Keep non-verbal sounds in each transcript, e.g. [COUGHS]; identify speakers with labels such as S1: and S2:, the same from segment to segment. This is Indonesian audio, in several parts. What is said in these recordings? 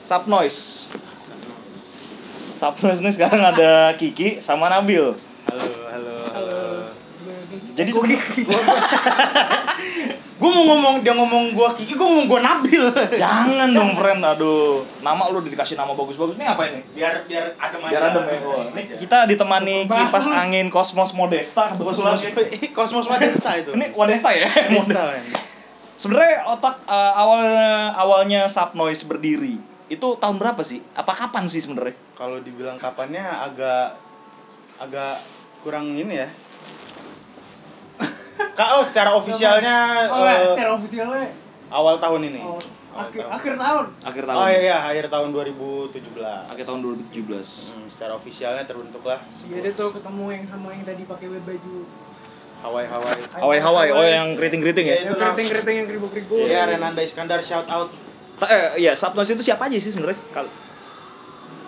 S1: Sub Noise. Sub Noise nih sekarang ada Kiki sama Nabil.
S2: Halo, halo, halo.
S1: Jadi sebenernya
S2: Gue mau ngomong dia ngomong gua Kiki, gue ngomong gua
S3: [LAUGHS]
S2: Nabil.
S1: jangan dong friend, aduh. Nama lu udah dikasih nama bagus-bagus. Ini apa ini?
S2: Biar biar adem aja.
S1: Biar adem ya.
S2: Iya.
S1: Ini kita ditemani
S3: Bahas
S1: kipas
S3: lu.
S1: angin Kosmos Modesta kebetulan.
S2: Kosmos
S3: gitu.
S2: Kosmos Majesta itu.
S1: Ini Modesta ya?
S2: Modesta.
S1: Modesta. Sebenarnya otak eh, awalnya awalnya Sub Noise berdiri itu tahun berapa sih? Apa kapan sih sebenarnya?
S2: Kalau dibilang kapannya agak agak kurang ini [LAUGHS] ya. Kau oh, secara ofisialnya
S3: Oh, nggak,
S2: eh,
S3: secara ofisialnya
S2: awal tahun ini.
S3: oh,
S2: Awal
S3: akhir
S2: tahun.
S3: akhir tahun.
S1: Akhir tahun.
S2: Oh iya, akhir tahun 2017.
S1: Akhir tahun 2017.
S2: Hmm, secara ofisialnya terbentuklah
S3: Iya dia tuh ketemu yang sama yang tadi pakai baju.
S2: Hawai-hawai.
S1: Hawai-hawai, oh yang keriting-keriting ya.
S2: Iya,
S3: Yang keriting-keriting yang kribo-kribo.
S2: Iya, Renanda Iskandar shout out.
S1: Ta- eh, iya, Subnoise itu siapa aja sih sebenarnya? Kalau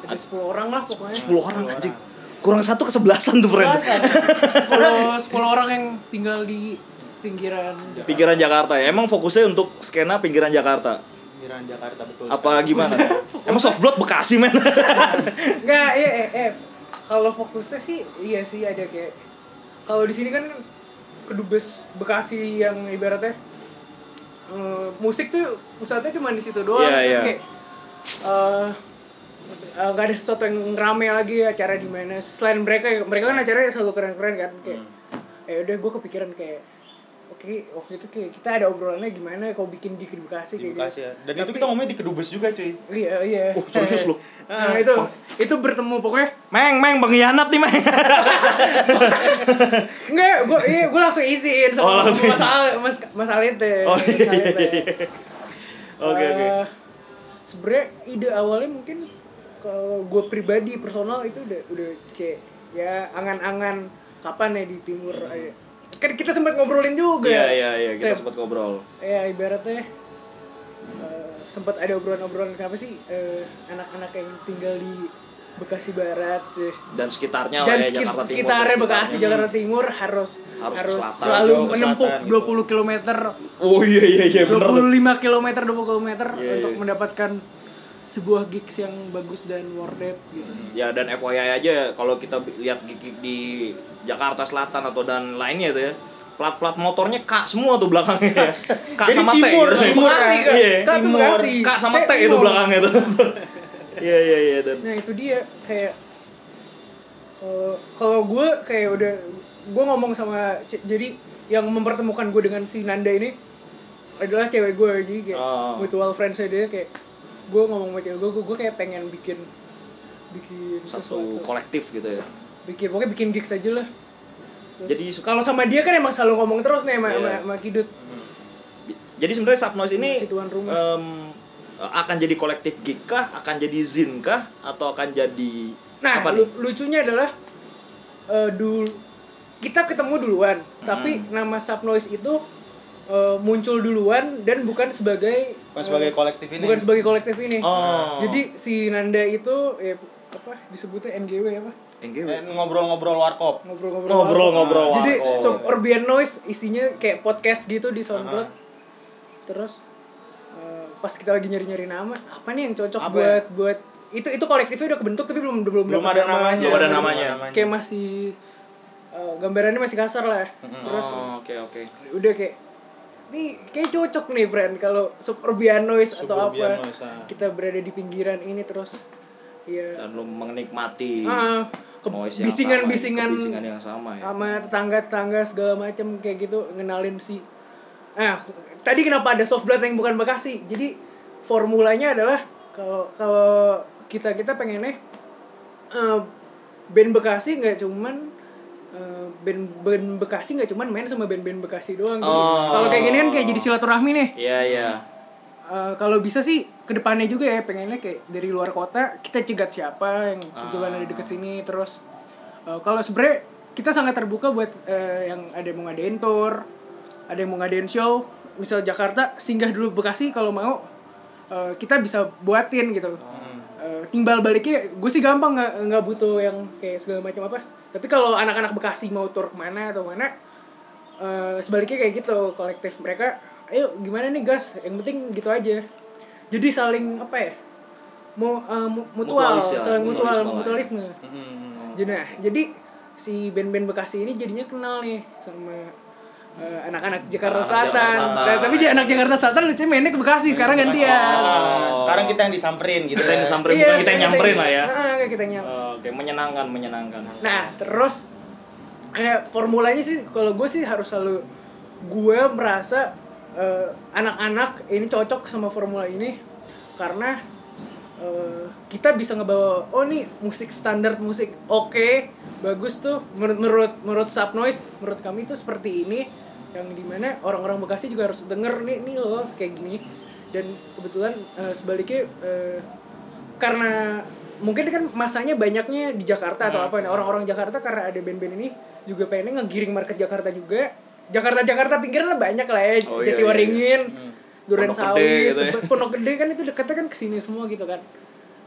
S3: Ada 10 orang lah pokoknya.
S2: [LAUGHS]
S1: 10 orang anjing. Kurang satu kesebelasan tuh, friend.
S2: Belasan.
S3: 10, 10 orang yang tinggal di pinggiran Jakarta.
S1: Pinggiran Jakarta. ya. Emang fokusnya untuk skena pinggiran Jakarta.
S2: Pinggiran Jakarta betul.
S1: Apa
S3: [LAUGHS]
S1: gimana? Emang softblock Bekasi, men.
S3: Enggak, iya, eh, eh. Kalau fokusnya sih, iya sih ada kayak kalau di sini kan kedubes Bekasi yang ibaratnya eh, musik tuh pusatnya cuma di situ doang.
S1: Iya,
S3: Terus
S1: iya.
S3: kayak eh, eh, nggak ada sesuatu yang rame lagi acara di mana selain mereka mereka kan acaranya selalu keren-keren kan kayak
S1: Hmm.
S3: eh udah gue kepikiran kayak oke waktu itu kayak kita ada obrolannya gimana kalau bikin di Bekasi
S2: Di
S3: kayak
S2: Bekasi
S3: gitu.
S2: ya. Dan itu
S3: Tapi-
S2: kita ngomongnya di Kedubes juga, cuy.
S3: Iya, iya.
S1: Oh, serius lu?
S3: [LAUGHS] Nah, itu itu bertemu pokoknya
S1: [LAUGHS] Meng, meng pengkhianat nih, meng.
S3: Enggak, gue iya, gue langsung izin sama
S1: Oh, langsung
S3: Mas Al, Mas Mas Alit deh.
S1: Oh,
S3: Mas
S1: iya,
S3: Alit
S1: iya,
S3: deh.
S1: Oke, oke.
S3: Eh, Sebenarnya ide awalnya mungkin kalau gue pribadi personal itu udah udah kayak ya angan-angan kapan ya di timur ayo. kan kita sempat ngobrolin juga
S1: Iya,
S3: Sep.
S1: ngobrol.
S3: ya ibaratnya eh, sempat ada obrolan-obrolan kenapa sih eh, anak-anak yang tinggal di Bekasi Barat sih
S1: [LAUGHS] Dan sekitarnya lah
S3: dan
S1: ya
S3: sekit-
S1: Jakarta Timur. Hmm.
S3: sekitarnya
S1: dan
S3: Bekasi
S1: sekitarnya.
S3: Jakarta Timur harus
S1: Harus
S3: harus,
S1: ke selatan,
S3: selalu
S2: jauh ke
S3: menempuh
S2: selatan, gitu.
S3: 20 kilometer
S1: Oh iya iya iya bener tuh.
S3: 25 kilometer 20 kilometer
S1: Iya,
S3: untuk
S1: iya.
S3: mendapatkan sebuah gigs yang bagus dan worth it gitu.
S1: Ya dan FYI aja kalau kita bi- lihat gig-gig di Jakarta Selatan atau dan lainnya itu ya. Plat-plat motornya K semua tuh belakangnya ya. K
S2: Jadi
S1: sama T.
S2: timur,
S1: gitu.
S2: timur,
S3: Bekasi,
S2: ya.
S3: Kak.
S1: Iya.
S3: Kak, kan? tuh
S1: Timur.
S3: Bekasi.
S1: K sama T
S3: Teh,
S1: itu
S3: Timur.
S1: belakangnya tuh. [LAUGHS] Iya iya iya dan
S3: Nah, itu dia kayak kalau kalau gue kayak udah gue ngomong sama ce- jadi yang mempertemukan gue dengan si Nanda ini adalah cewek gue jadi kayak
S1: Oh.
S3: mutual friends dia kayak gue ngomong sama cewek gue gue kayak pengen bikin bikin
S1: satu
S3: sesuatu
S1: kolektif gitu ya.
S3: bikin pokoknya bikin gigs aja lah Terus,
S1: Jadi suka-
S3: kalau sama dia kan emang selalu ngomong terus nih sama,
S1: Iya.
S3: sama, sama Kidut
S1: Jadi sebenarnya Subnoise ini
S3: Si tuan rumah.
S1: em, akan jadi kolektif gig kah, akan jadi zin kah atau akan jadi
S3: Nah,
S1: apa
S3: lu-
S1: nih?
S3: lucunya adalah eh dulu kita ketemu duluan, tapi
S1: Hmm.
S3: nama Subnoise itu eh, muncul duluan dan bukan sebagai
S2: Bukan sebagai
S3: eh,
S2: kolektif ini.
S3: bukan sebagai kolektif ini.
S1: Oh.
S3: Jadi si Nanda itu ya, apa disebutnya NGW apa?
S1: NGW.
S3: Eh,
S2: Dan Eh, ngobrol-ngobrol warkop.
S3: Ngobrol-ngobrol.
S1: Ngobrol-ngobrol.
S3: Jadi
S1: warkop.
S3: Sob Orbian Noise isinya kayak podcast gitu di SoundCloud. Terus eh, pas kita lagi nyari-nyari nama, apa nih yang cocok
S2: Apa
S3: buat buat itu itu kolektifnya udah kebentuk tapi belum belum
S2: Belum ada
S3: dapet
S2: namanya.
S1: Belum ada namanya.
S3: kayak masih eh, gambarannya masih kasar lah terus
S1: Oh, oke oke.
S3: udah kayak nih kayak cocok nih friend kalau suburban noise atau
S2: Suburban
S3: apa
S2: noise, ah.
S3: kita berada di pinggiran ini terus ya
S1: Dan lu menikmati
S3: ah, ke- Ah.
S1: noise yang sama,
S3: bisingan-bisingan
S1: kebisingan yang sama ya.
S3: sama tetangga-tetangga segala macem kayak gitu ngenalin si ah tadi kenapa ada soft blood yang bukan Bekasi jadi formulanya adalah kalau kalau kita kita pengennya eh band Bekasi nggak cuman eh, band band Bekasi nggak cuman main sama band-band Bekasi doang Jadi,
S1: Oh.
S3: kalau kayak gini kan kayak jadi silaturahmi nih
S1: Iya iya.
S3: Eh, kalau bisa sih kedepannya juga ya pengennya kayak dari luar kota kita cegat siapa yang kebetulan ada deket sini terus eh, kalau sebenernya kita sangat terbuka buat eh, yang ada yang mau ngadain tour ada yang mau ngadain show misal Jakarta singgah dulu Bekasi kalau mau eh, kita bisa buatin gitu Eh, timbal baliknya gue sih gampang nggak nggak butuh yang kayak segala macam apa tapi kalau anak-anak Bekasi mau tour kemana atau mana Eh, sebaliknya kayak gitu kolektif mereka ayo gimana nih gas yang penting gitu aja jadi saling apa ya mu, eh, mu- mutual,
S1: Mutualis ya,
S3: saling mutual,
S1: mutualisme lah ya. Mm-hmm.
S3: mutualisme.
S2: Mm-mm.
S3: Jadi, nah, jadi si band-band Bekasi ini jadinya kenal nih sama eh, anak-anak Jakarta
S1: Anak-anak
S3: Selatan.
S1: Jakarta Selatan.
S3: Nah, tapi dia anak Jakarta Selatan lucu mainnya ke Bekasi sekarang gantian.
S2: Ah, sekarang kita yang disamperin gitu
S1: kita yang
S2: ya.
S1: disamperin
S3: Iya,
S1: bukan kita yang nyamperin lah ya
S3: Heeh, kayak kita yang nyamperin.
S1: oke menyenangkan menyenangkan
S3: Nah, terus eh, formulanya sih kalau gue sih harus selalu gue merasa eh, anak-anak ini cocok sama formula ini karena eh, kita bisa ngebawa oh nih musik standar musik oke bagus tuh Menur- menurut menurut sub noise menurut kami itu seperti ini yang dimana orang-orang Bekasi juga harus denger nih nih loh kayak gini dan kebetulan eh, sebaliknya eh, karena mungkin kan masanya banyaknya di Jakarta
S1: Hmm.
S3: atau apa nih orang-orang Jakarta karena ada band-band ini juga pengennya ngegiring market Jakarta juga Jakarta Jakarta pinggiran lah banyak lah ya
S1: Oh, iya,
S3: Jatiwaringin Duren
S1: Pondok
S3: Sawit
S1: Gede gitu ya.
S3: Tempat- [LAUGHS] Pondok Gede kan itu dekatnya kan kesini semua gitu kan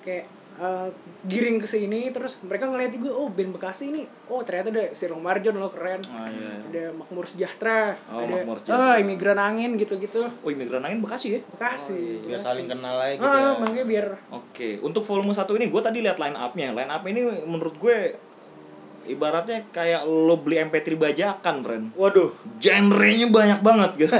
S3: kayak eh, giring ke sini terus mereka ngeliat gue oh band Bekasi ini oh ternyata ada Sirong Marjon lo keren
S1: Ah, iya.
S3: ada Makmur Sejahtera
S1: Oh,
S3: ada
S1: Makmur
S3: eh,
S1: Sejahtera.
S3: imigran angin gitu-gitu
S1: oh imigran angin bekasi ya
S3: Bekasi
S2: Biar saling kenal lagi gitu
S3: ah
S2: ya.
S3: makanya biar [LAUGHS]
S1: Oke, untuk volume satu ini gue tadi lihat line up-nya. Line up ini menurut gue ibaratnya kayak lo beli MP3 bajakan, Bren.
S2: Waduh,
S1: Genrenya banyak banget gitu.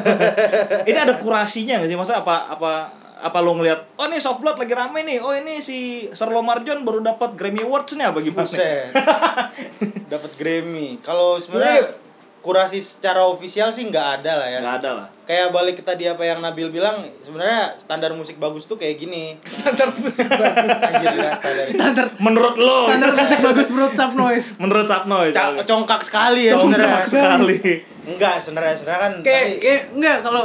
S1: [LAUGHS] ini ada kurasinya gak sih? Maksudnya apa apa apa lo ngelihat oh ini soft blood lagi rame nih. Oh ini si Serlo Marjon baru dapat Grammy Awards nih apa gimana?
S2: buset. Dapat Grammy. Kalau sebenarnya kurasi secara ofisial sih nggak ada lah ya.
S1: Gak ada lah.
S2: Kayak balik ke tadi apa yang Nabil bilang, sebenarnya standar musik bagus tuh kayak gini.
S3: standar musik bagus
S2: Anjir, ya, standar.
S3: standar
S1: Menurut lo,
S2: [LAUGHS]
S3: standar musik bagus menurut sub noise
S1: menurut Sapno ya.
S2: Ca- congkak sekali ya
S1: Congkak
S2: sebenarnya.
S1: sekali.
S2: Enggak, sebenarnya sebenarnya kan
S3: kayak
S2: tadi-
S3: eh, enggak kalau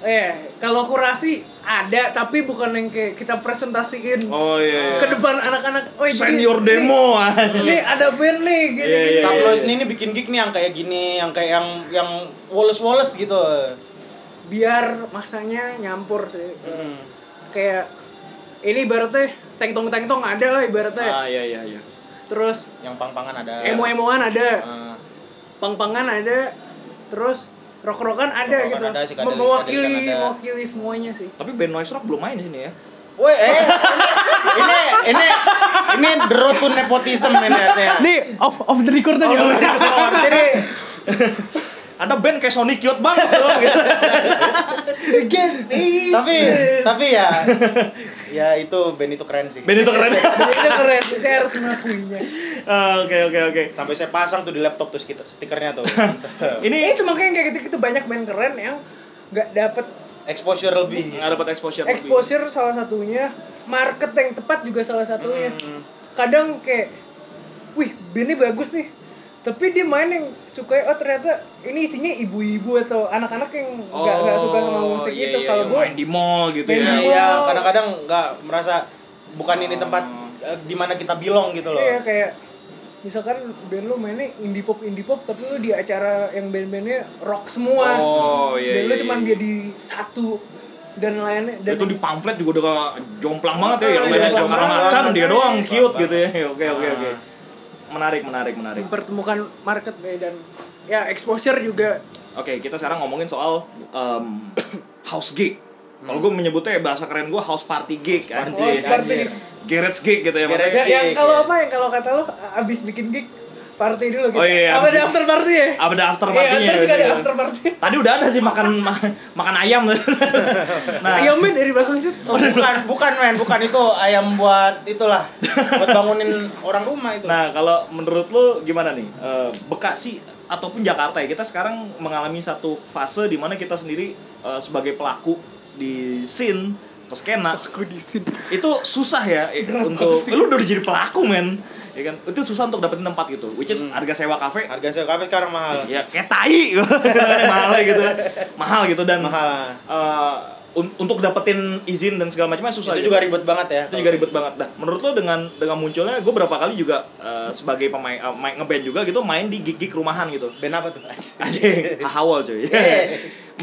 S3: eh kalau kurasi ada tapi bukan yang kayak kita presentasiin
S1: Oh iya.
S3: ke depan anak-anak oh
S1: Senior demo. ah.
S3: ini ada band nih gini,
S1: Iya,
S3: gini.
S1: iya,
S2: Sam
S1: iya.
S2: Lois ini bikin gig nih yang kayak gini, yang kayak yang yang Wallace-Wallace gitu.
S3: biar masanya nyampur sih
S1: Hmm.
S3: kayak ini ibaratnya tengtong tengtong ada lah ibaratnya
S1: Ah iya iya iya.
S3: terus
S2: Yang pang-pangan ada.
S3: emo emoan ada
S2: Ah,
S3: pang-pangan ada terus rock-rockan ada
S2: Rock-rockan
S3: gitu
S2: ada, psychedelic-
S3: Mem- mewakili
S1: kan
S2: psychedelic ada.
S3: mewakili semuanya sih
S1: Tapi band Noise Rock belum main di sini ya.
S2: Woi, eh, ini ini ini the road to nepotism ini artinya.
S3: Nih, off off the record aja.
S2: Jadi
S1: ada band kayak Sonic Youth banget loh gitu.
S3: Again, please.
S2: tapi tapi ya ya itu band itu keren sih.
S1: Band itu keren.
S3: itu keren, saya harus mengakuinya.
S1: Ah, Oke oke oke.
S2: Sampai saya pasang tuh di laptop tuh stiker-
S1: [LAUGHS]
S2: stikernya tuh.
S1: Ini
S3: Eh, itu makanya kayak gitu-gitu banyak band keren yang nggak dapet
S2: Exposure lebih.
S1: nggak dapat exposure. lebih.
S3: exposure salah satunya, market yang tepat juga salah satunya. Kadang kayak, wih, bandnya bagus nih. Tapi dia main yang suka oh ternyata ini isinya ibu-ibu atau anak-anak yang nggak nggak suka sama musik
S1: iya,
S3: gitu.
S1: iya,
S3: Kalau
S1: iya,
S3: gue
S1: main di mall gitu
S3: Main
S1: ya.
S2: Iya,
S3: di-
S2: iya,
S3: Wow.
S2: kadang-kadang nggak merasa bukan ini tempat
S1: Ah.
S2: eh, di mana kita belong gitu loh.
S3: Iya kayak misalkan band lu mainnya indie pop indie pop tapi lu di acara yang band-bandnya rock semua.
S1: Oh, iya,
S3: Dan lu
S1: iya,
S3: cuman
S1: iya.
S3: dia di satu dan lainnya dan
S1: itu di pamflet juga udah jomplang banget ya, yang
S3: Iya,
S1: mainnya
S3: jomplang
S1: Cakar
S3: banget.
S1: Macan dia doang
S2: Jomplang
S1: cute
S2: banget.
S1: gitu ya. Oke oke oke. Menarik menarik menarik.
S3: mempertemukan market eh, dan ya exposure juga
S1: Oke, kita sekarang ngomongin soal em, [COUGHS] house gig. Kalau gue menyebutnya ya, bahasa keren gue house party gig
S3: Oh,
S1: anjir.
S3: seperti
S2: anjir.
S1: Garage gig gitu ya
S2: Garage
S1: maksudnya.
S3: Ya, yang
S2: Gig,
S3: kalau
S2: ya.
S3: apa yang kalau kata lu abis bikin gig party dulu gitu.
S1: Oh, iya, abis
S3: Apa ada
S1: bikin-
S3: after party ya?
S1: Ah, Ada after
S3: Iya,
S1: party-nya.
S3: ntar juga ada
S1: gitu.
S3: after party.
S1: Tadi udah ada sih
S3: [LAUGHS]
S1: makan ma- makan ayam. nah,
S3: Ayo men dari belakang itu.
S2: bukan bukan men bukan itu ayam buat
S1: [LAUGHS]
S2: itulah buat bangunin orang rumah itu
S1: nah kalau menurut lu gimana nih? Eh, Bekasi ataupun Jakarta ya kita sekarang mengalami satu fase di mana kita sendiri eh, sebagai pelaku di scene atau skena
S3: Aku di sini.
S1: itu susah ya eh, untuk lu udah jadi pelaku men ya kan itu susah untuk dapetin tempat gitu which is
S3: Hmm.
S1: harga sewa kafe
S2: harga sewa kafe sekarang mahal
S1: ya kayak tai [LAUGHS] mahal gitu mahal gitu dan
S2: mahal lah.
S1: eh, un- untuk dapetin izin dan segala macamnya susah
S2: itu
S1: gitu.
S2: juga ribet banget ya
S1: itu juga ribet banget dah menurut lo dengan dengan munculnya gue berapa kali juga eh, sebagai pemain eh, main ngeband juga gitu main di gig gig rumahan gitu
S2: band apa tuh
S1: [LAUGHS] aja hawal cuy Iya.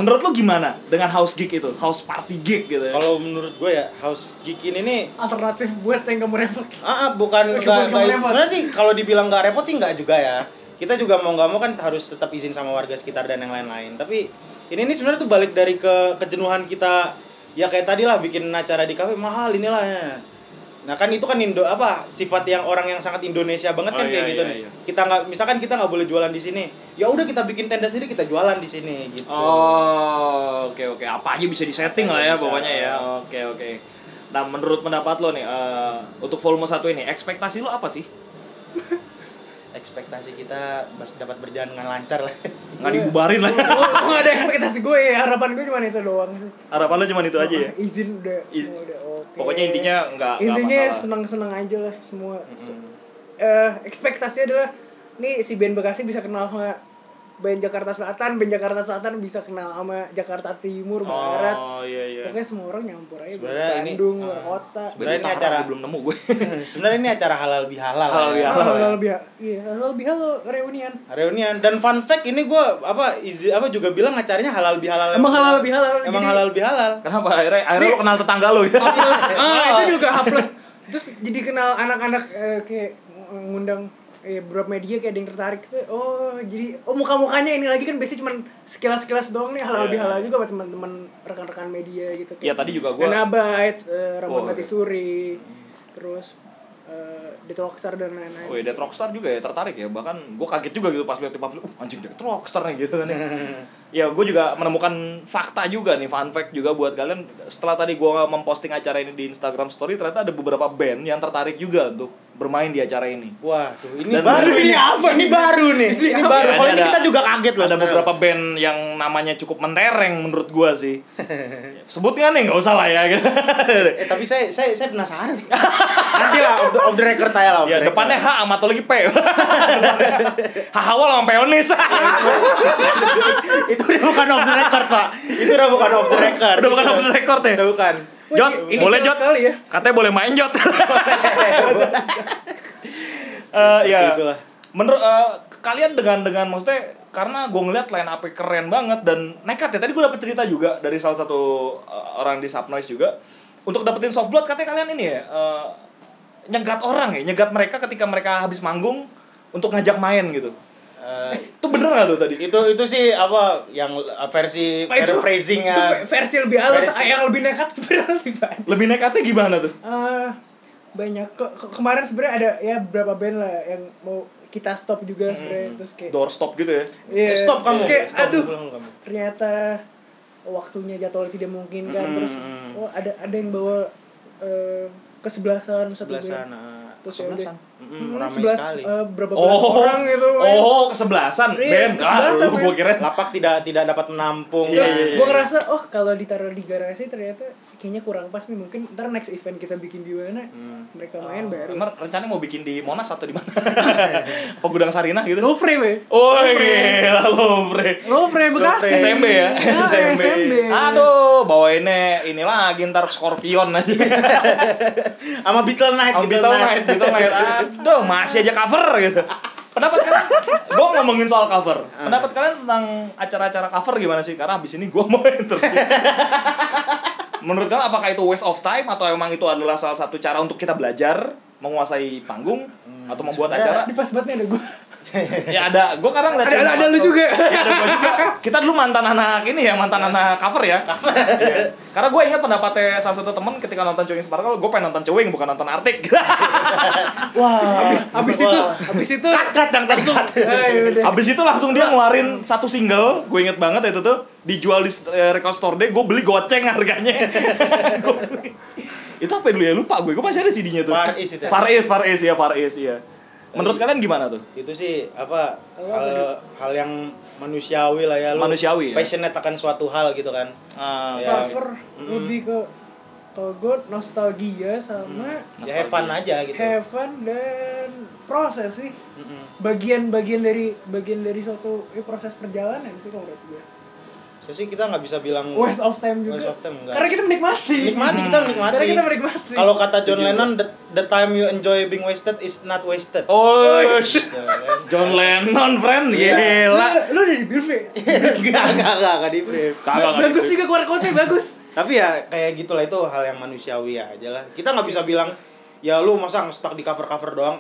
S1: menurut lo gimana dengan house gig itu house party gig gitu ya
S2: kalau menurut gue ya house gig ini nih
S3: Alternatif buat yang kamu
S1: [LAUGHS]
S3: repot.
S2: ah ah, bukan nggak
S3: Bukan
S2: nggak-
S3: repot.
S2: sebenarnya sih kalau dibilang nggak repot sih nggak juga ya kita juga mau nggak mau kan harus tetap izin sama warga sekitar dan yang lain-lain tapi ini nih sebenarnya tuh balik dari ke kejenuhan kita ya kayak tadi lah bikin acara di kafe mahal inilah ya. Nah kan itu kan Indo apa sifat yang orang yang sangat Indonesia banget
S4: Oh,
S2: kan kayak
S4: iya,
S2: gitu
S4: iya,
S2: nih.
S4: iya.
S2: Kita nggak misalkan kita nggak boleh jualan di sini. Ya udah kita bikin tenda sendiri kita jualan di sini gitu.
S1: Oh, oke oke. Apa aja bisa disetting lah ya
S2: Bisa.
S1: pokoknya ya. Oke oke. Nah, menurut pendapat lo nih eh, untuk volume satu ini ekspektasi lo apa sih?
S2: Ekspektasi kita bas dapat berjalan dengan lancar lah. [LAUGHS]
S1: Nggak dibubarin lah.
S3: Gak ada ekspektasi gue ya, harapan gue cuma itu doang sih.
S1: [LAUGHS] Harapan lo cuma itu aja ya.
S3: Nah, Izin udah,
S1: Iz-
S3: semua udah oke.
S1: Pokoknya intinya nggak nggak
S3: intinya
S1: masalah.
S3: senang-senang aja lah semua. Se- eh, ekspektasinya adalah nih si band Bekasi bisa kenal sama band Jakarta Selatan, band Jakarta Selatan bisa kenal sama Jakarta Timur, Barat.
S1: Oh, iya iya. Ah,
S3: Pokoknya semua orang nyampur aja.
S2: Sebenarnya ini-
S3: Bandung, luar kota.
S1: Sebenarnya ini acara belum nemu [LAUGHS] gue.
S2: Sebenarnya ini acara halal bihalal.
S1: Halal
S2: ya.
S1: bihalal.
S3: Halal lebih iya, halal bihalal reunian.
S2: Reunian dan fun fact ini gue apa izin apa juga bilang acaranya halal bihalal.
S3: Emang halal bihalal.
S2: Emang
S3: jadi-
S2: halal bihalal.
S1: Kenapa akhirnya akhirnya lo kenal tetangga lo ya?
S3: ah itu juga H plus terus jadi kenal anak-anak eh, kayak ngundang eh, beberapa media kayak ada yang tertarik tuh oh jadi oh muka-mukanya ini lagi kan biasanya cuman sekilas-sekilas doang nih halal bihalal juga buat teman-teman rekan-rekan media gitu
S1: Iya, tadi juga gua-
S3: Nanabait, eh,
S1: Oh,
S3: Ramon
S1: iya.
S3: Matisuri terus eh The Rockstar dan lain-lain
S1: [LAUGHS] Wih, Death Rockstar juga ya tertarik ya bahkan gue kaget juga gitu pas lihat di pamflet, uh anjing Death Rockstar nih gitu [LAUGHS] kan ya. ya gue juga menemukan fakta juga nih fun fact juga buat kalian setelah tadi gue memposting acara ini di Instagram Story ternyata ada beberapa band yang tertarik juga untuk bermain di acara ini.
S2: Waduh, ini
S1: Dan
S2: baru
S1: baru [LAUGHS]
S2: ini apa? Ini baru nih. Ini, baru.
S1: Ya,
S2: Kalau
S1: ini
S2: ini
S1: ada-
S2: kita juga kaget loh.
S1: Ada
S2: sebenarnya.
S1: beberapa band yang namanya cukup mentereng menurut gue sih. [LAUGHS] Sebutnya nih nggak usah lah ya. gitu. [LAUGHS]
S2: Eh tapi saya saya saya penasaran. Nanti lah off the, off the record aja lah. off
S1: ya
S2: the record.
S1: depannya H sama atau lagi P. Hawal sama Peonis.
S2: itu udah bukan off the record pak. Itu udah bukan off the record.
S1: Udah bukan off the record ya?
S2: Udah bukan.
S1: Jot,
S3: ini
S1: boleh
S3: seru
S1: Jot?
S3: Iya, sekali ya.
S1: Katanya boleh main Jot. Eh ya.
S2: Iya, itulah.
S1: Menurut eh, kalian dengan dengan maksudnya karena gue ngeliat line up keren banget dan nekat ya. Tadi gue dapet cerita juga dari salah satu eh, orang di Subnoise juga untuk dapetin soft blood katanya kalian ini ya eh, nyegat orang ya, nyegat mereka ketika mereka habis manggung untuk ngajak main gitu.
S2: Eh,
S1: Itu bener gak tuh tadi?
S2: itu itu sih apa yang eh, versi
S3: Nah, itu- itu
S2: paraphrasingnya.
S3: ve- versi lebih halus
S2: Versi-
S3: yang lebih nekat [LAUGHS] lebih banyak
S1: Lebih nekatnya gimana tuh?
S3: Eh, banyak Ke- ke- kemarin sebenarnya ada ya beberapa band lah yang mau kita stop juga sebenarnya terus kayak
S1: Doorstop gitu ya.
S3: Iya.
S2: Hmm. Eh, Stop kamu.
S3: Terus kayak,
S2: Stop
S3: aduh,
S2: pulang kamu.
S3: ternyata waktunya jadwal tidak mungkin kan.
S2: Hmm.
S3: Terus oh ada ada yang bawa eh, kesebelasan satu
S2: Sebelah
S3: band.
S2: sana.
S3: Terus ya udah.
S2: Mm-mm,
S3: Hmm,
S2: ramai
S3: sebelas,
S2: sekali. Oh.
S3: eh, berapa belas orang gitu. men.
S1: Oh, kesebelasan. Ben, ah,
S3: Iya, kesebelasan,
S1: lu
S3: men.
S1: gua kira
S2: Lapak tidak tidak dapat menampung.
S3: Terus
S2: lah.
S3: gue iya, ngerasa oh kalau ditaruh di garasi ternyata kayaknya kurang pas nih mungkin ntar next event kita bikin di mana
S2: Hmm.
S3: mereka
S2: Oh.
S3: main baru.
S1: Emang rencananya mau bikin di Monas atau di mana? [LAUGHS] Oh gudang Sarinah gitu.
S3: Lo free weh.
S1: Oh gila lu bre.
S3: Lo free Bekasi.
S1: SMB
S2: [LAUGHS]
S1: ya?
S3: Ah, SMB.
S1: Aduh, bawainnya ini lagi ntar Scorpion aja.
S2: Sama Beetle Night,
S3: Gitu
S1: Sama Beetle Night, Beetle
S3: [LAUGHS]
S1: Night. Aduh, masih aja cover gitu. Pendapat kalian, gue ngomongin soal cover.
S3: Ah.
S1: Pendapat kalian tentang acara-acara cover gimana sih? Karena abis ini gue mau [LAUGHS] interview. Menurut kalian apakah itu waste of time atau emang itu adalah salah satu cara untuk kita belajar menguasai panggung
S3: Hmm,
S1: atau membuat acara?
S3: Di pas banget nih ada gue.
S1: ya ada gue kadang ngeliat
S3: Ada- ada- ada lu juga.
S1: Ya, ada gua juga. kita dulu mantan anak ini ya mantan anak cover ya Iya. karena gue ingat pendapatnya salah satu temen ketika nonton Cewing Sparkle gue pengen nonton Cewing bukan nonton Artik [LAUGHS]
S2: Wah,
S3: Abis itu, abis itu
S2: cut cut yang tadi cut.
S3: Ah, ya udah.
S1: abis itu langsung dia ngeluarin satu single gue inget banget itu tuh dijual di eh, record store deh gue beli goceng harganya [LAUGHS] Gua beli. itu apa ya dulu ya lupa gue gue masih ada CD-nya tuh
S2: Far East itu ya?
S1: Far East Far East ya Far East ya menurut kalian gimana tuh
S2: itu sih apa
S3: Lu apa,
S2: hal, hal yang manusiawi lah ya lu
S1: Manusiawi, ya?
S2: passionate akan suatu hal gitu kan
S1: Ah,
S2: Ya.
S3: cover lebih ke kalau gue nostalgia sama
S2: ya have fun aja gitu
S3: heaven dan proses sih bagian-bagian dari bagian dari suatu eh, proses perjalanan sih kalau menurut gue
S2: so sih kita nggak bisa bilang
S3: waste of time juga
S2: Hmm. Waste of time, enggak.
S3: karena kita menikmati
S2: nikmati kita menikmati
S3: Karena kita menikmati.
S2: kalau kata John Lennon the, the time you enjoy being wasted is not wasted
S1: Oh,
S2: Ya, kan?
S1: John Lennon friend, gila.
S3: Lu- lu udah di brief ya?
S2: [LAUGHS] enggak enggak enggak enggak di brief
S1: Kagak nggak
S3: bagus
S1: gitu.
S3: juga keluar kota bagus
S2: tapi ya kayak gitulah itu hal yang manusiawi aja lah kita nggak bisa bilang ya lu masa stuck di cover cover doang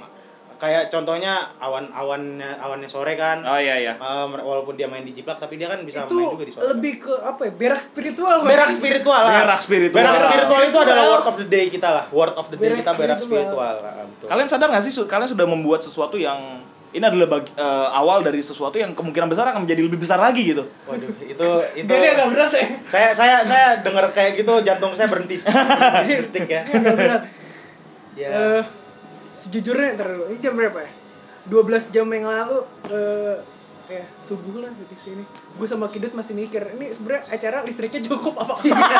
S2: kayak contohnya awan-awannya awannya sore kan.
S1: Oh iya iya.
S2: Eh, walaupun dia main di jiplak tapi dia kan bisa
S3: itu
S2: main juga di sore. kan.
S3: lebih ke apa ya berak spiritual men.
S2: berak spiritual lah.
S1: Berak spiritual.
S2: Berak spiritual itu
S3: Berak
S2: adalah
S3: spiritual.
S2: word of the day kita lah. Word of the day
S3: Berak
S2: kita berak
S3: spiritual.
S2: spiritual. Ah, betul.
S1: Kalian sadar gak sih su- kalian sudah membuat sesuatu yang ini adalah bag- eh, awal dari sesuatu yang kemungkinan besar akan menjadi lebih besar lagi gitu.
S2: Waduh, itu itu
S3: Jadi agak berat
S2: [LAUGHS]
S3: ya
S2: saya saya saya dengar kayak gitu jantung saya berhenti se- berhenti detik ya.
S3: agak berat
S1: [LAUGHS]
S2: Ya.
S5: Eh, sejujurnya ntar dulu, ini jam berapa ya? 12 jam yang lalu eh ya subuh lah di sini. Gue sama Kidut masih mikir, ini sebenarnya acara listriknya cukup apa
S2: Iya,
S5: enggak?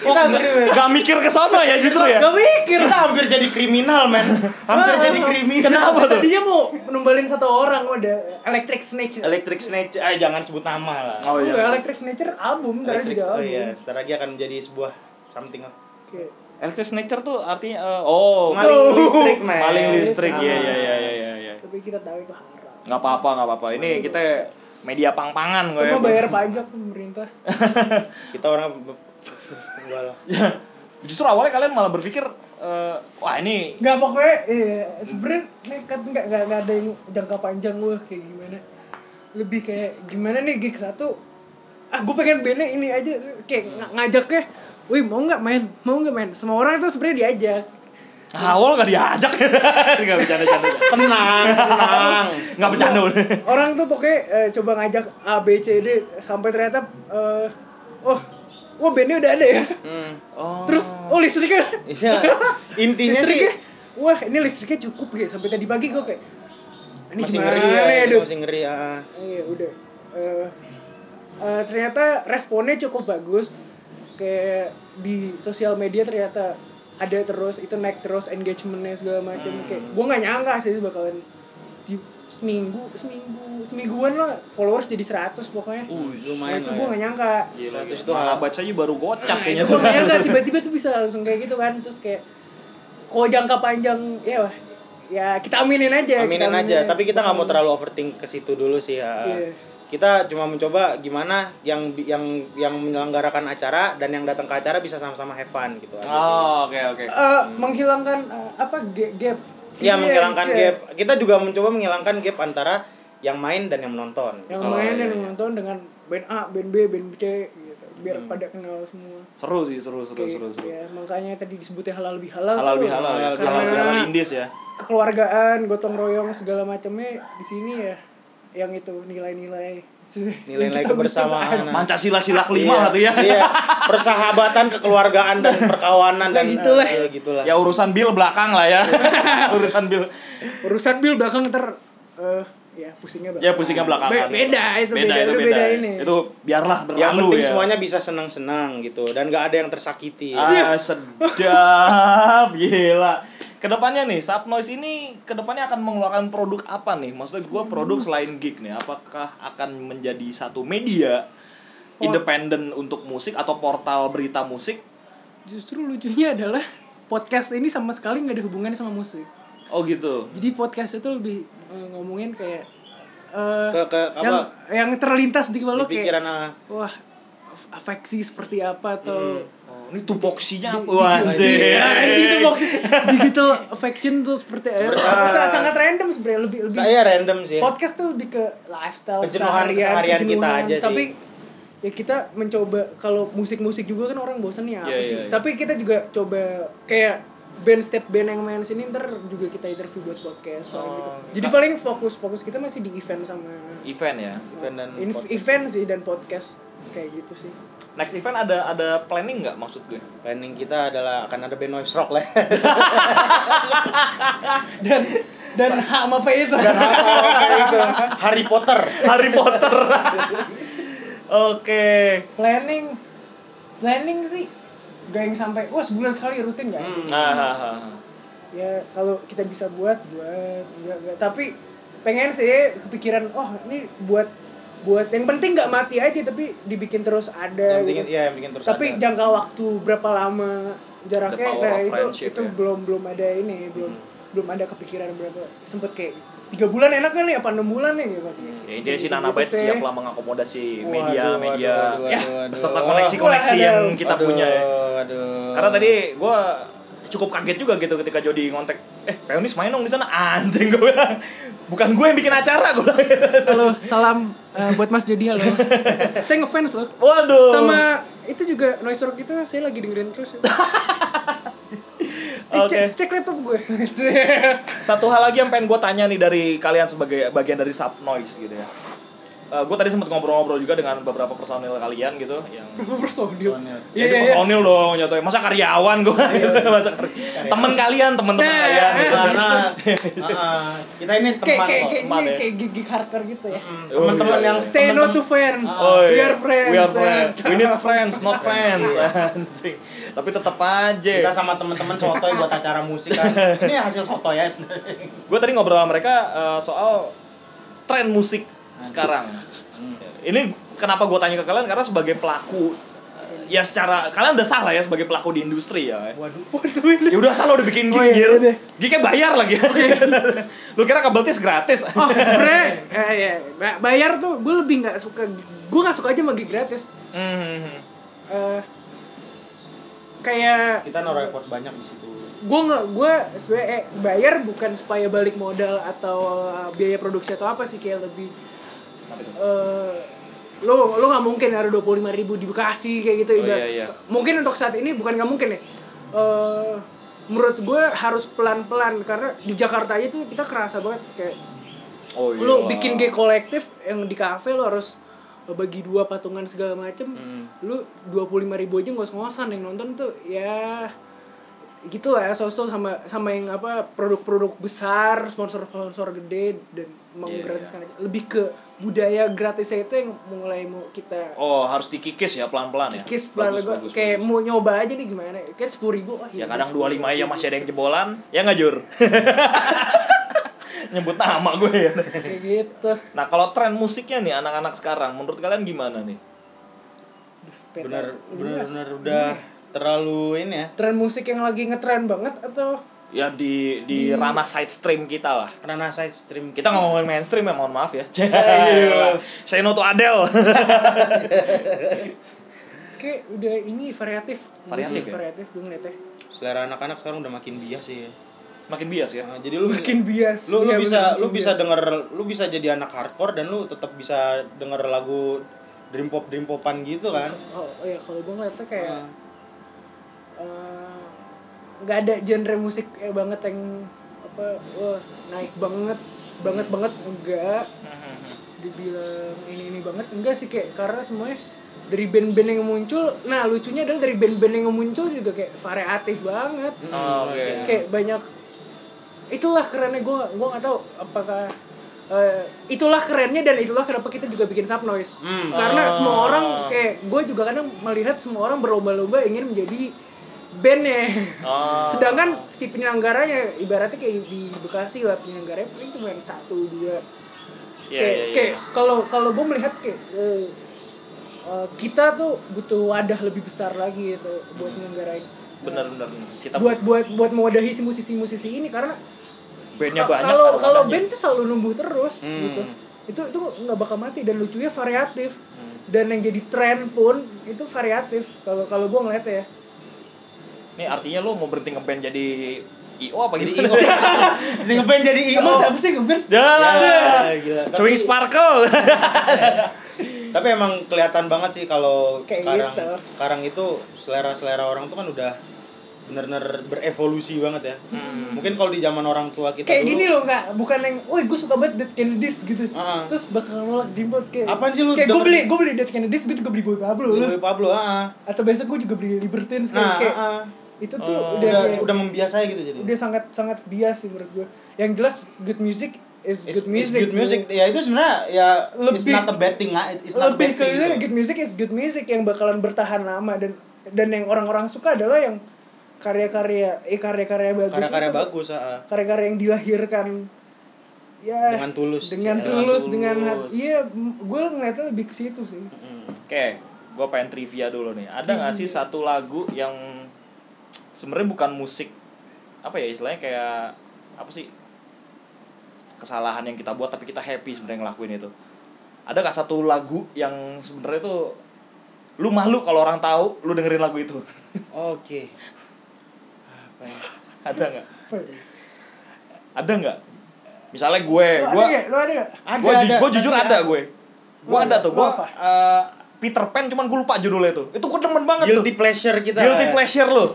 S2: kita hampir,
S1: Gak mikir ke sana ya justru ya.
S3: gak mikir Ah,
S2: kita hampir jadi kriminal, men. Hampir jadi kriminal.
S3: tadinya mau numbalin satu orang udah electric snake
S2: Electric Snatch, ah jangan sebut nama lah.
S1: Oh
S3: Enggak,
S1: iya.
S3: Electric Nature album, dari
S2: Electric,
S3: juga
S2: oh
S3: album.
S2: iya, sebentar lagi akan menjadi sebuah something lah.
S3: Oke.
S1: Electric Snatcher tuh artinya eh, oh
S2: Maling listrik, men.
S1: paling listrik. Iya
S2: Ah.
S1: iya iya iya iya. iya.
S3: Tapi kita tahu itu haram.
S1: Nggak apa-apa nggak apa-apa. Ini kita media pang-pangan
S2: Oh,
S1: ya, gue.
S2: iya,
S3: Cuma bayar pajak pemerintah.
S2: Kita orang Enggak lah.
S1: [LAUGHS] Justru awalnya kalian malah berpikir eh, wah ini
S3: Enggak pokoknya iya, sebenarnya kan nekat enggak enggak enggak ada yang jangka panjang gue kayak gimana. Lebih kayak gimana nih gig satu ah gue pengen bandnya ini aja kayak ng- ngajaknya wih mau nggak main mau nggak main semua orang itu sebenarnya diajak
S1: awal gak diajak. [LAUGHS] Enggak bercanda-bercanda.
S2: Tenang, tenang.
S1: Enggak bercanda.
S3: orang tuh pokoknya eh, coba ngajak A B C D sampai ternyata eh, oh wah bandnya udah ada ya
S2: Hmm.
S1: Oh.
S3: terus oh listriknya
S2: Iya. Intinya sih
S1: ya?
S3: listriknya wah ini listriknya cukup ya sampai tadi pagi gue kayak ini
S2: masih
S3: gimana
S2: ngeri ya,
S3: ya,
S2: ini
S3: Dut?
S2: masih ngeri ya.
S3: Iya udah. Eh, eh, ternyata responnya cukup bagus. Kayak di sosial media ternyata ada terus itu naik terus engagementnya segala macam.
S2: Hmm.
S3: Kayak gue nggak nyangka sih bakalan di seminggu seminggu semingguan lah followers jadi 100 pokoknya.
S2: Uh,
S3: Nah,
S2: lumayan
S3: itu
S2: lah
S3: gue
S2: ya.
S3: nggak nyangka.
S1: Gila,
S2: Seratus
S1: itu malah baca aja baru gocap kayaknya
S3: Gue
S1: tuh.
S3: nggak
S2: [LAUGHS]
S3: nyangka tiba-tiba tuh bisa langsung kayak gitu kan. Terus kayak kalau jangka panjang ya wah, ya kita aminin aja. kita
S2: Aminin aja, tapi kita nggak mau terlalu overthink ke situ dulu sih ya.
S3: Iya.
S2: Kita cuma mencoba gimana yang yang yang menyelenggarakan acara dan yang datang ke acara bisa sama-sama have fun gitu aja sih.
S1: Oh, oke oke.
S3: Eh, menghilangkan eh, apa ga- gap
S2: Ya
S3: Iya,
S2: menghilangkan
S3: iya.
S2: gap. Kita juga mencoba menghilangkan gap antara yang main dan yang menonton.
S3: yang
S1: Oh,
S3: main
S1: iya,
S3: dan
S1: iya. Hmm.
S3: nonton dengan band A band B band C gitu biar pada kenal semua
S1: Seru sih, seru seru
S3: Kayak-
S1: seru seru.
S3: ya makanya tadi disebutnya halal lebih halal
S1: Halal
S3: tuh.
S1: lebih halal ya.
S3: karena
S1: Halal lebih halal Indis ya.
S3: kekeluargaan gotong royong segala macamnya di sini ya yang itu nilai-nilai [LAUGHS]
S2: Nilai-nilai
S3: Kita mesti
S2: kebersamaan.
S3: bahas.
S1: Pancasila sila kelima lah tuh ya.
S2: Nah. Iya, persahabatan, kekeluargaan
S3: [LAUGHS]
S2: dan perkawanan dan
S3: Ya, gitulah.
S2: Iya, gitulah.
S1: Ya urusan bil belakang lah ya. [LAUGHS] urusan bil.
S3: urusan bil belakang ter eh, ya pusingnya
S1: Ya
S3: belakang.
S1: pusingnya belakangan.
S3: Be- beda, itu beda, itu beda ini.
S1: Itu biarlah berlalu
S2: yang penting
S1: ya.
S2: semuanya bisa senang-senang gitu dan nggak ada yang tersakiti.
S3: Iya.
S1: Ah, sedap gila. Kedepannya nih, Sub Noise ini kedepannya akan mengeluarkan produk apa nih? Maksudnya gue produk selain gig nih, apakah akan menjadi satu media independen untuk musik atau portal berita musik?
S3: justru lucunya adalah podcast ini sama sekali nggak ada hubungannya sama musik
S1: Oh gitu.
S3: jadi podcast itu lebih eh, ngomongin kayak eh,
S2: Ke- ke-
S3: yang
S2: apa?
S3: yang terlintas di
S2: Di
S3: kepala lo kayak
S2: pikiran ah,
S3: wah af- afeksi seperti apa atau gitu. Iya,
S1: Oh, ini tupoksinya apa? Anjir.
S3: anjing itu box digital affection tuh seperti eh, sa- sangat random sebenarnya lebih lebih
S2: saya random sih.
S3: podcast tuh lebih ke lifestyle
S2: Iya. Kejenuhan- keseharian kita
S3: kejenuhan.
S2: aja sih.
S3: tapi ya kita mencoba kalau musik-musik juga kan orang bosen nih
S1: Iya,
S3: apa sih
S1: iya, iya.
S3: tapi kita juga coba kayak band setiap band yang main sini ntar juga kita interview buat podcast paling gitu jadi paling fokus fokus kita masih di event sama
S1: Event ya.
S2: Event dan
S3: in-
S2: podcast.
S3: event sih dan podcast kayak gitu sih [LAUGHS]
S1: Next event ada ada planning nggak maksud gue?
S2: Planning kita adalah akan ada band noise rock
S3: [LAUGHS]
S2: lah.
S3: dan dan sama apa itu Oh,
S2: itu Harry Potter.
S1: Harry Potter. [LAUGHS] Oke.
S3: planning planning sih gak yang sampai wah sebulan sekali rutin
S2: Hmm.
S3: gak
S2: Ah,
S1: Nah, ha, ha, ha.
S3: ya kalau kita bisa buat buat enggak enggak tapi pengen sih kepikiran oh ini buat buat yang penting nggak mati aja tapi dibikin terus ada
S2: Yang bikin,
S3: gitu.
S2: iya, yang bikin terus
S3: tapi
S2: ada.
S3: jangka waktu berapa lama jaraknya
S1: The power
S3: nah
S1: of
S3: itu
S1: friendship,
S3: itu
S1: ya. Hmm.
S3: belum belum ada ini belum belum ada kepikiran berapa sempet kayak tiga bulan enak kan nih apa enam bulan nih gitu
S1: Ya, intinya sih Nanabite
S3: Gitu sih.
S1: siaplah mengakomodasi
S2: Waduh,
S1: media-media
S2: waduh, waduh,
S1: ya
S2: waduh.
S1: beserta koneksi-koneksi
S3: Waduh.
S1: yang kita punya ya.
S2: Aduh.
S1: Karena tadi ya. gua cukup kaget juga gitu ketika Jody ngontek eh Peonis main dong di sana anjing gue bilang bukan gue yang bikin acara gue bilang. gitu.
S3: Halo, salam eh, buat Mas Jody [LAUGHS] halo. saya ngefans loh.
S1: waduh
S3: Sama itu juga noise rock itu saya lagi dengerin terus. Eh,
S1: oke
S3: cek, cek laptop gue.
S1: satu hal lagi yang pengen gue tanya nih dari kalian sebagai bagian dari sub noise gitu ya gue tadi sempat ngobrol-ngobrol juga dengan beberapa personil kalian gitu yang
S3: Ngobrol sama dia.
S1: ya,
S3: Iya iya iya.
S1: personil dong jatuhnya masa karyawan gue [LAUGHS] masa kar- temen kalian temen-temen
S3: Nah,
S1: kalian gitu.
S3: [LAUGHS]
S2: Karena ah, kita ini
S3: Kayak
S2: teman
S3: kayak
S2: kok.
S3: kayak
S1: teman
S3: ini
S1: ya.
S3: kayak gig gig hardcore gitu ya.
S2: Teman-teman yang
S3: Say no to fans.
S1: Oh,
S3: We
S1: iya.
S3: are friends. eh. Iya.
S1: We are friends. We need friends,
S3: [LAUGHS]
S1: not fans. Anjing. Tapi tetap
S2: kita
S1: aja.
S2: sama teman-teman sotoy buat acara musik kan. Ini hasil sotoy ya sebenarnya.
S1: Gue tadi ngobrol sama mereka eh, soal tren musik sekarang. Ini kenapa gue tanya ke kalian karena sebagai pelaku eh, ya secara kalian udah salah ya sebagai pelaku di industri ya.
S3: Waduh, waduh. ini.
S1: Ya udah salah udah bikin gig
S3: Oh, iya,
S1: jir.
S3: iya deh. iya.
S1: Gignya bayar lagi. [LAUGHS] Lu kira kabel tis gratis?
S3: Oh sebenernya eh, ya, ba- bayar tuh gue lebih nggak suka gue nggak suka aja sama gig gratis
S1: [LAUGHS] Hmm.
S3: Eh, kayak
S2: Kita naro effort banyak di situ.
S3: gue nggak gue sebenarnya eh, bayar bukan supaya balik modal atau eh, biaya produksi atau apa sih kayak lebih eh, lo lo nggak mungkin naruh dua puluh ribu di bekasi kayak
S1: Oh,
S3: gitu ibarat-
S1: iya, iya.
S3: mungkin untuk saat ini bukan nggak mungkin ya Eh, menurut gue harus pelan pelan karena di Jakarta aja tuh kita kerasa banget kayak
S1: Oh
S3: lo bikin gay kolektif yang di kafe lo harus bagi dua patungan segala macem
S1: Hmm.
S3: lu dua ribu aja ngos-ngosan yang nonton tuh ya gitu lah ya sosok sama sama yang apa produk-produk besar sponsor-sponsor gede dan mau
S1: Iya,
S3: gratiskan aja lebih ke budaya gratisnya itu yang mulai mau kita
S1: Oh, harus dikikis ya pelan-pelan ya.
S3: kiss pelan
S1: Bagus,
S3: pelan
S1: bagus,
S3: kayak mau nyoba aja nih gimana kayak sepuluh ribu oh,
S1: Ya
S3: iya,
S1: kadang
S3: 10.000.
S1: 25 aja masih ada yang jebolan Ya nggak Jur? [LAUGHS] Nyebut nama gue ya
S3: kayak gitu
S1: Nah kalau tren musiknya nih anak-anak sekarang Menurut kalian gimana nih?
S3: Peta
S2: Bener bener
S3: luas.
S2: bener udah terlalu ini ya.
S3: tren musik yang lagi ngetren banget atau
S1: Ya di di ranah side stream kita lah
S2: Karena side stream
S1: Kita nggak ngomongin mainstream ya mohon maaf ya [LAUGHS]
S2: iya.
S1: Saya no to Adele [LAUGHS]
S3: kayak udah ini variatif
S1: Variatif
S3: Musik
S1: ya?
S3: variatif gue ngeliatnya
S2: selera anak-anak sekarang udah makin bias sih.
S1: Makin bias ya
S2: Nah, jadi lu
S3: makin bias
S2: lu, lu
S3: Iya,
S2: bisa lu
S3: bener, makin
S2: bisa
S3: bias.
S2: denger lu bisa jadi anak hardcore dan lu tetap bisa denger lagu dream pop dream popan gitu kan
S3: oh oh iya kalau gue ngeliatnya kayak
S2: Ah.
S3: eh, nggak ada genre musik eh, banget yang apa wah naik banget banget banget enggak dibilang ini ini banget enggak sih kayak karena semuanya dari band-band yang muncul nah lucunya adalah dari band-band yang muncul juga kayak variatif banget
S1: Oh, Oke
S3: kayak banyak itulah kerennya gue gue nggak tahu apakah eh, itulah kerennya dan itulah kenapa kita juga bikin sub noise
S1: Hmm.
S3: karena
S1: Oh.
S3: semua orang kayak gue juga kadang melihat semua orang berlomba-lomba ingin menjadi bandnya
S1: Oh. Ah,
S3: sedangkan si penyelenggaranya ibaratnya kayak di, di Bekasi lah penyelenggaranya paling cuma satu dua
S1: Iya,
S3: kayak
S1: iya, iya.
S3: kayak kalau kalau gue melihat kayak eh, eh, kita tuh butuh wadah lebih besar lagi gitu buat
S1: Hmm.
S3: menyelenggarain
S1: Bener bener Kita
S3: buat buat buat mewadahi si musisi-musisi ini karena
S1: bandnya
S3: ka-
S1: banyak
S3: kalau
S1: kan,
S3: kalau
S1: makanya.
S3: band tuh selalu numbuh terus
S2: Hmm.
S3: gitu itu itu nggak bakal mati dan lucunya variatif
S2: Hmm.
S3: dan yang jadi tren pun itu variatif kalau kalau gue ngeliat ya
S1: Nih artinya lu mau berhenti ngeband jadi IO apa
S2: jadi
S1: gitu?
S2: io jadi ngeband jadi io
S3: emang siapa sih ngeband
S1: [LAUGHS] Ya,
S3: Iya,
S2: Ya, gila.
S1: Chewing Sparkle
S2: tapi emang kelihatan banget sih kalau
S3: Kayak
S2: sekarang
S3: gitu.
S2: sekarang itu selera selera orang tuh kan udah bener-bener berevolusi banget ya mungkin kalau di zaman orang tua kita
S3: Hmm. kayak
S2: dulu
S3: gini loh nggak bukan yang woi gue suka banget Dead Kennedys gitu
S2: Ah.
S3: terus bakal nolak dimot kayak
S2: Apaan sih lu
S3: kayak gue
S2: denger-
S3: beli gue beli Dead Kennedys gue juga beli Boy Pablo
S2: dulu
S3: loh
S2: Pablo ah
S3: atau besok gue juga beli Libertines kayak,
S2: nah
S3: kayak Oh, iya,
S2: ah.
S3: itu tuh udah
S2: udah
S3: kayak-
S2: udah membiasai gitu jadi
S3: udah sangat sangat bias sih menurut gue yang jelas good music is
S2: It's-
S3: good music
S2: it's good music ya itu sebenarnya ya it's
S3: Lebih-
S2: not a bad thing ah. it's not a bad
S3: lebih ke
S2: thing,
S3: itu
S2: gitu.
S3: good music is good music yang bakalan bertahan lama dan dan yang orang-orang suka adalah yang karya-karya eh karya-karya bagus
S2: karya-karya
S3: itu.
S2: bagus ah.
S3: karya-karya yang dilahirkan ya
S2: Dengan tulus. Dengan
S3: dengan tulus
S2: tulus.
S3: dengan hati iya m- gue ngeliatnya lebih ke situ sih
S1: Oke, gue pengen trivia dulu nih. Ada nggak sih satu lagu yang sebenarnya bukan musik apa ya istilahnya kayak apa sih kesalahan yang kita buat tapi kita happy sebenarnya ngelakuin itu. Ada nggak satu lagu yang sebenarnya tuh lu malu kalau orang tahu lu dengerin lagu itu?
S2: Oke.
S1: [LAUGHS] ada nggak
S3: ya?
S1: ada nggak misalnya gue
S3: Lu
S1: gue
S3: ada gak? Lu ada gak?
S2: Ada,
S1: gue ju-
S2: ada.
S1: gue jujur ada gue gue ada tuh
S3: lu
S1: gue
S3: apa?
S1: eh, Peter Pan cuman gue lupa judulnya tuh itu gue demen banget
S2: Guilty
S1: tuh
S2: pleasure kita.
S1: guilty pleasure lo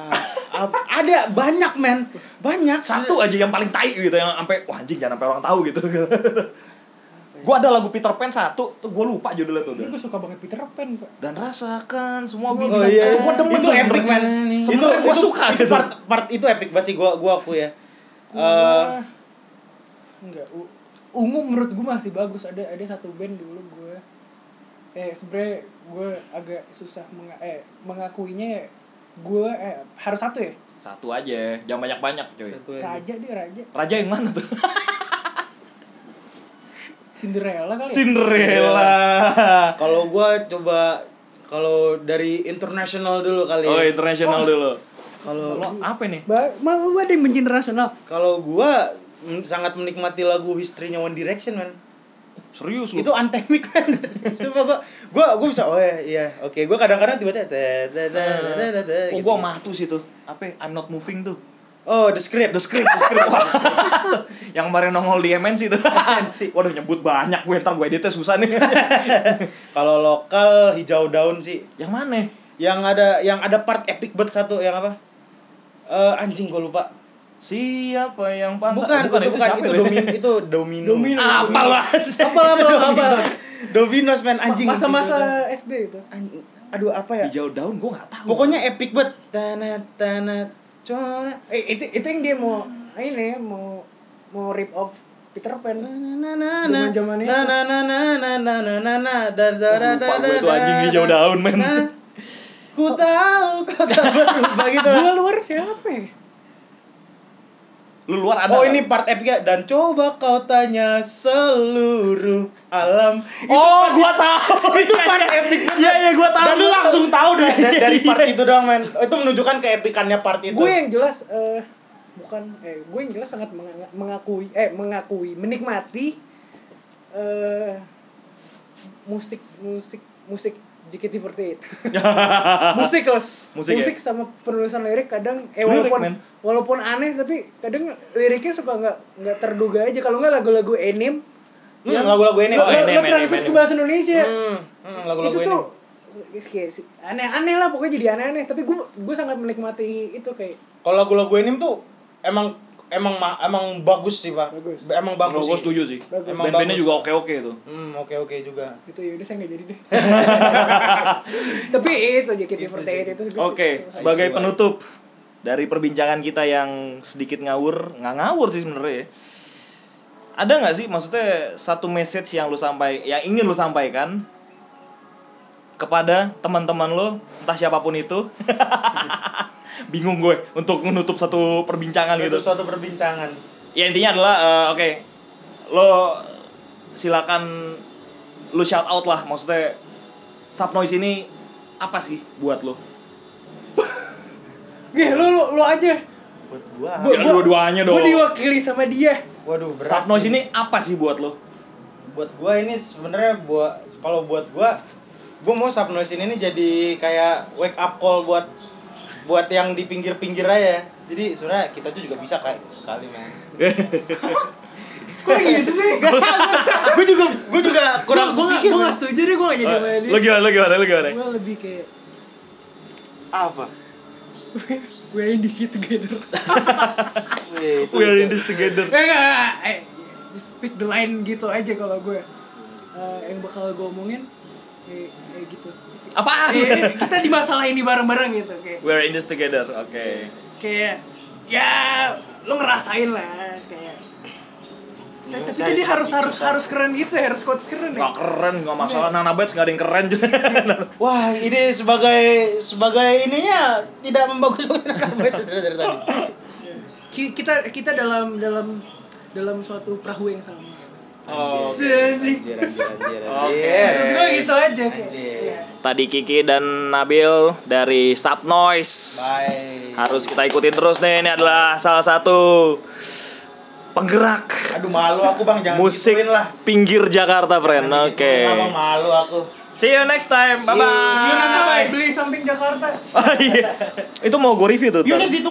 S2: Ah, ap- ada banyak men, banyak.
S1: satu aja yang paling tai gitu yang sampai wah anjing jangan sampai orang tahu gitu [LAUGHS] gue ada lagu Peter Pan satu tuh gue lupa judulnya tuh
S3: Ini
S1: dan,
S3: gue suka banget Peter Pan, Pak.
S1: dan rasakan semua
S3: Semua
S1: bintang
S3: Oh, iya.
S1: Tuh, gue demen
S2: itu
S1: tuh
S2: epic
S1: bener.
S2: man. Itu
S1: Sebenarnya gua suka
S2: itu
S1: gitu.
S2: part, part itu epic banget sih gua gua aku ya. Eh,
S3: Gua- enggak u- ungu menurut gue masih bagus ada ada satu band dulu gue eh sebenernya gue agak susah menga eh mengakuinya gue eh harus satu ya
S1: satu aja jangan banyak banyak coy
S2: satu aja.
S3: raja dia raja
S1: raja yang mana tuh
S2: [LAUGHS]
S3: Cinderella kali ya?
S1: Cinderella
S2: Kalau gua coba kalau dari international dulu kali.
S1: oh
S2: ya.
S1: internasional dulu
S2: Kalau
S1: lo apa nih
S3: Ba- ma gue ada yang benci internasional
S2: kalau gua mm, sangat menikmati lagu history-nya One Direction man.
S1: serius lu Oh,
S2: itu [LAUGHS] antemik kan Sumpah gua gua gua bisa oh ya iya oke gua kadang-kadang tiba-tiba te- te- te- te- te- te- te-
S1: oh
S2: gitu.
S1: gue mah tuh situ apa ya? I'm not moving tuh
S2: oh the script
S1: The script, the script. Wah, tuh, yang kemarin nongol di MNC tuh.
S2: sih?
S1: Waduh nyebut banyak gue ntar gue editnya susah nih.
S2: kalau lokal hijau daun sih
S1: yang mana?
S2: yang ada yang ada part epic banget satu yang apa Eh anjing gua lupa
S1: Siapa yang pantas?
S2: bukan bukan itu, bukan,
S1: siapa
S2: itu,
S1: ya?
S2: domi, itu domino [LAUGHS]
S3: Domino.
S1: Apa lah?
S3: [LAUGHS] apa apa apa
S2: dominos man anjing
S3: masa-masa SD itu
S2: Anjing. aduh apa ya
S1: Hijau daun gue gak tahu.
S2: pokoknya epic banget tanah tanah cona
S3: eh itu itu yang dia mau ini mau mau rip off Peter Pan Zaman-zamannya
S2: na na na na na na na na na da da da
S1: Lupa gue
S2: da da,
S1: tuh anjing
S2: da,
S1: hijau
S2: da.
S1: daun, men.
S2: Na. ku tahu kau tahu berubah gitu lah.
S3: Gua luar siapa ya?
S1: Lu luar ada.
S2: oh
S1: nggak?
S2: ini part epic ya dan coba kau tanya seluruh alam
S1: Oh, gue tahu.
S2: itu part epic banget.
S1: Iya, iya, gue tahu.
S2: dan lu langsung tahu dari dari, dari
S1: Iya,
S2: part
S1: iya.
S2: itu doang men itu menunjukkan keepikannya part itu
S3: gue yang jelas eh bukan eh gue yang jelas sangat menga- mengakui eh mengakui menikmati eh musik musik musik JKT48
S2: [LAUGHS]
S3: musik loh
S1: Musik
S3: musik,
S1: ya?
S3: sama penulisan lirik kadang eh
S1: Lirik,
S3: walaupun
S1: men.
S3: walaupun aneh tapi kadang liriknya suka nggak nggak terduga aja kalau nggak lagu-lagu anime
S2: Hmm, lagu-lagu anime.
S3: lo,
S2: Oh,
S3: lo-
S1: anime,
S3: lo
S1: anime,
S3: translate ke
S1: anime.
S3: bahasa Indonesia
S2: Hmm, hmm, lagu-lagu
S3: itu
S2: ini
S3: tuh kayak si- aneh-aneh lah pokoknya jadi aneh-aneh tapi gue gue sangat menikmati itu kayak
S2: kalau lagu-lagu ini tuh emang emang ma- emang bagus sih pak
S3: Bagus.
S2: emang bagus
S1: gue
S2: sih.
S1: setuju sih.
S3: Bagus.
S2: Emang
S1: Band-bandnya
S2: bagus.
S1: juga oke-oke tuh.
S2: Hmm, oke oke juga.
S3: itu ya udah saya nggak jadi
S1: [LAUGHS]
S3: deh tapi itu JKT48 itu gua
S1: Oke,
S3: suka.
S1: sebagai
S2: I see why.
S1: penutup dari perbincangan kita yang sedikit ngawur, nggak ngawur sih sebenarnya. ya. Ada nggak sih maksudnya satu message yang lu sampai, yang ingin lu sampaikan kepada teman-teman lo, entah siapapun itu. [LAUGHS] Bingung gue untuk menutup satu perbincangan
S2: Itu
S1: gitu.
S2: suatu perbincangan.
S1: Ya intinya adalah eh, oke, lo silakan lu shout out lah maksudnya sub noise ini apa sih buat lo?
S3: Gih, lu lu, lu aja
S2: Buat gua.
S1: Gua- Ya, dua-duanya dong.
S3: gue diwakili sama dia
S2: Waduh, berat.
S1: Sub noise
S2: sih.
S1: ini apa sih buat lo?
S2: buat gua ini sebenarnya buat kalau buat gua gua mau sub noise ini nih jadi kayak wake up call buat buat yang di pinggir-pinggir aja. ya. Jadi sebenarnya kita tuh juga bisa kayak kali man.
S3: kok gitu
S1: [LAUGHS]
S3: sih
S2: gua juga gua juga
S3: gue
S2: kurang
S3: gue nggak
S2: pikir
S3: gue nggak setuju deh gue nggak jadi sama
S1: Eh, Lo
S3: dia
S1: gimana, lo gimana, lo gimana?
S3: gue lebih kayak [LAUGHS]
S2: apa?
S3: we're in this shit together
S2: Wih, itu-
S1: We are in this together.
S3: Eh, enggak, enggak, eh, just pick the line gitu aja kalau gue Eh, yang bakal gue omongin eh, eh, gitu
S1: Apaan?
S3: Eh, kita di masalah ini bareng-bareng gitu kayak
S1: We are in this together. Oke.
S3: kayak ya lo ngerasain lah kayak
S2: Ini
S3: tapi
S2: cari
S3: tadi harus
S2: topik
S3: harus
S2: susah.
S3: harus keren gitu ya harus quotes keren ya
S1: Gak keren, gak masalah. Nana Bates gak ada yang keren juga.
S2: Wah, ini sebagai sebagai ininya tidak [LAUGHS] membaguskan apa cerita dari tadi.
S3: Ki- kita kita dalam dalam dalam suatu perahu yang sama
S1: Oh,
S3: Anjir,
S2: Anjir, anjir,
S3: anjir.
S1: Oke.
S2: anjir, anjir.
S3: Maksud gue gitu aja kayak
S2: Anjir.
S3: iya.
S1: [LAUGHS] Tadi Kiki dan Nabil dari Sub Noise.
S2: Bye.
S1: Harus kita ikutin terus nih. Ini adalah salah satu penggerak
S2: Aduh malu aku bang, jangan
S1: musik
S2: gituin lah.
S1: pinggir Jakarta, friend. Oke.
S2: Abang malu aku.
S1: See you next [LAUGHS] time. Bye bye.
S3: Nanti beli samping Jakarta
S1: Itu mau gue review tuh. ntar.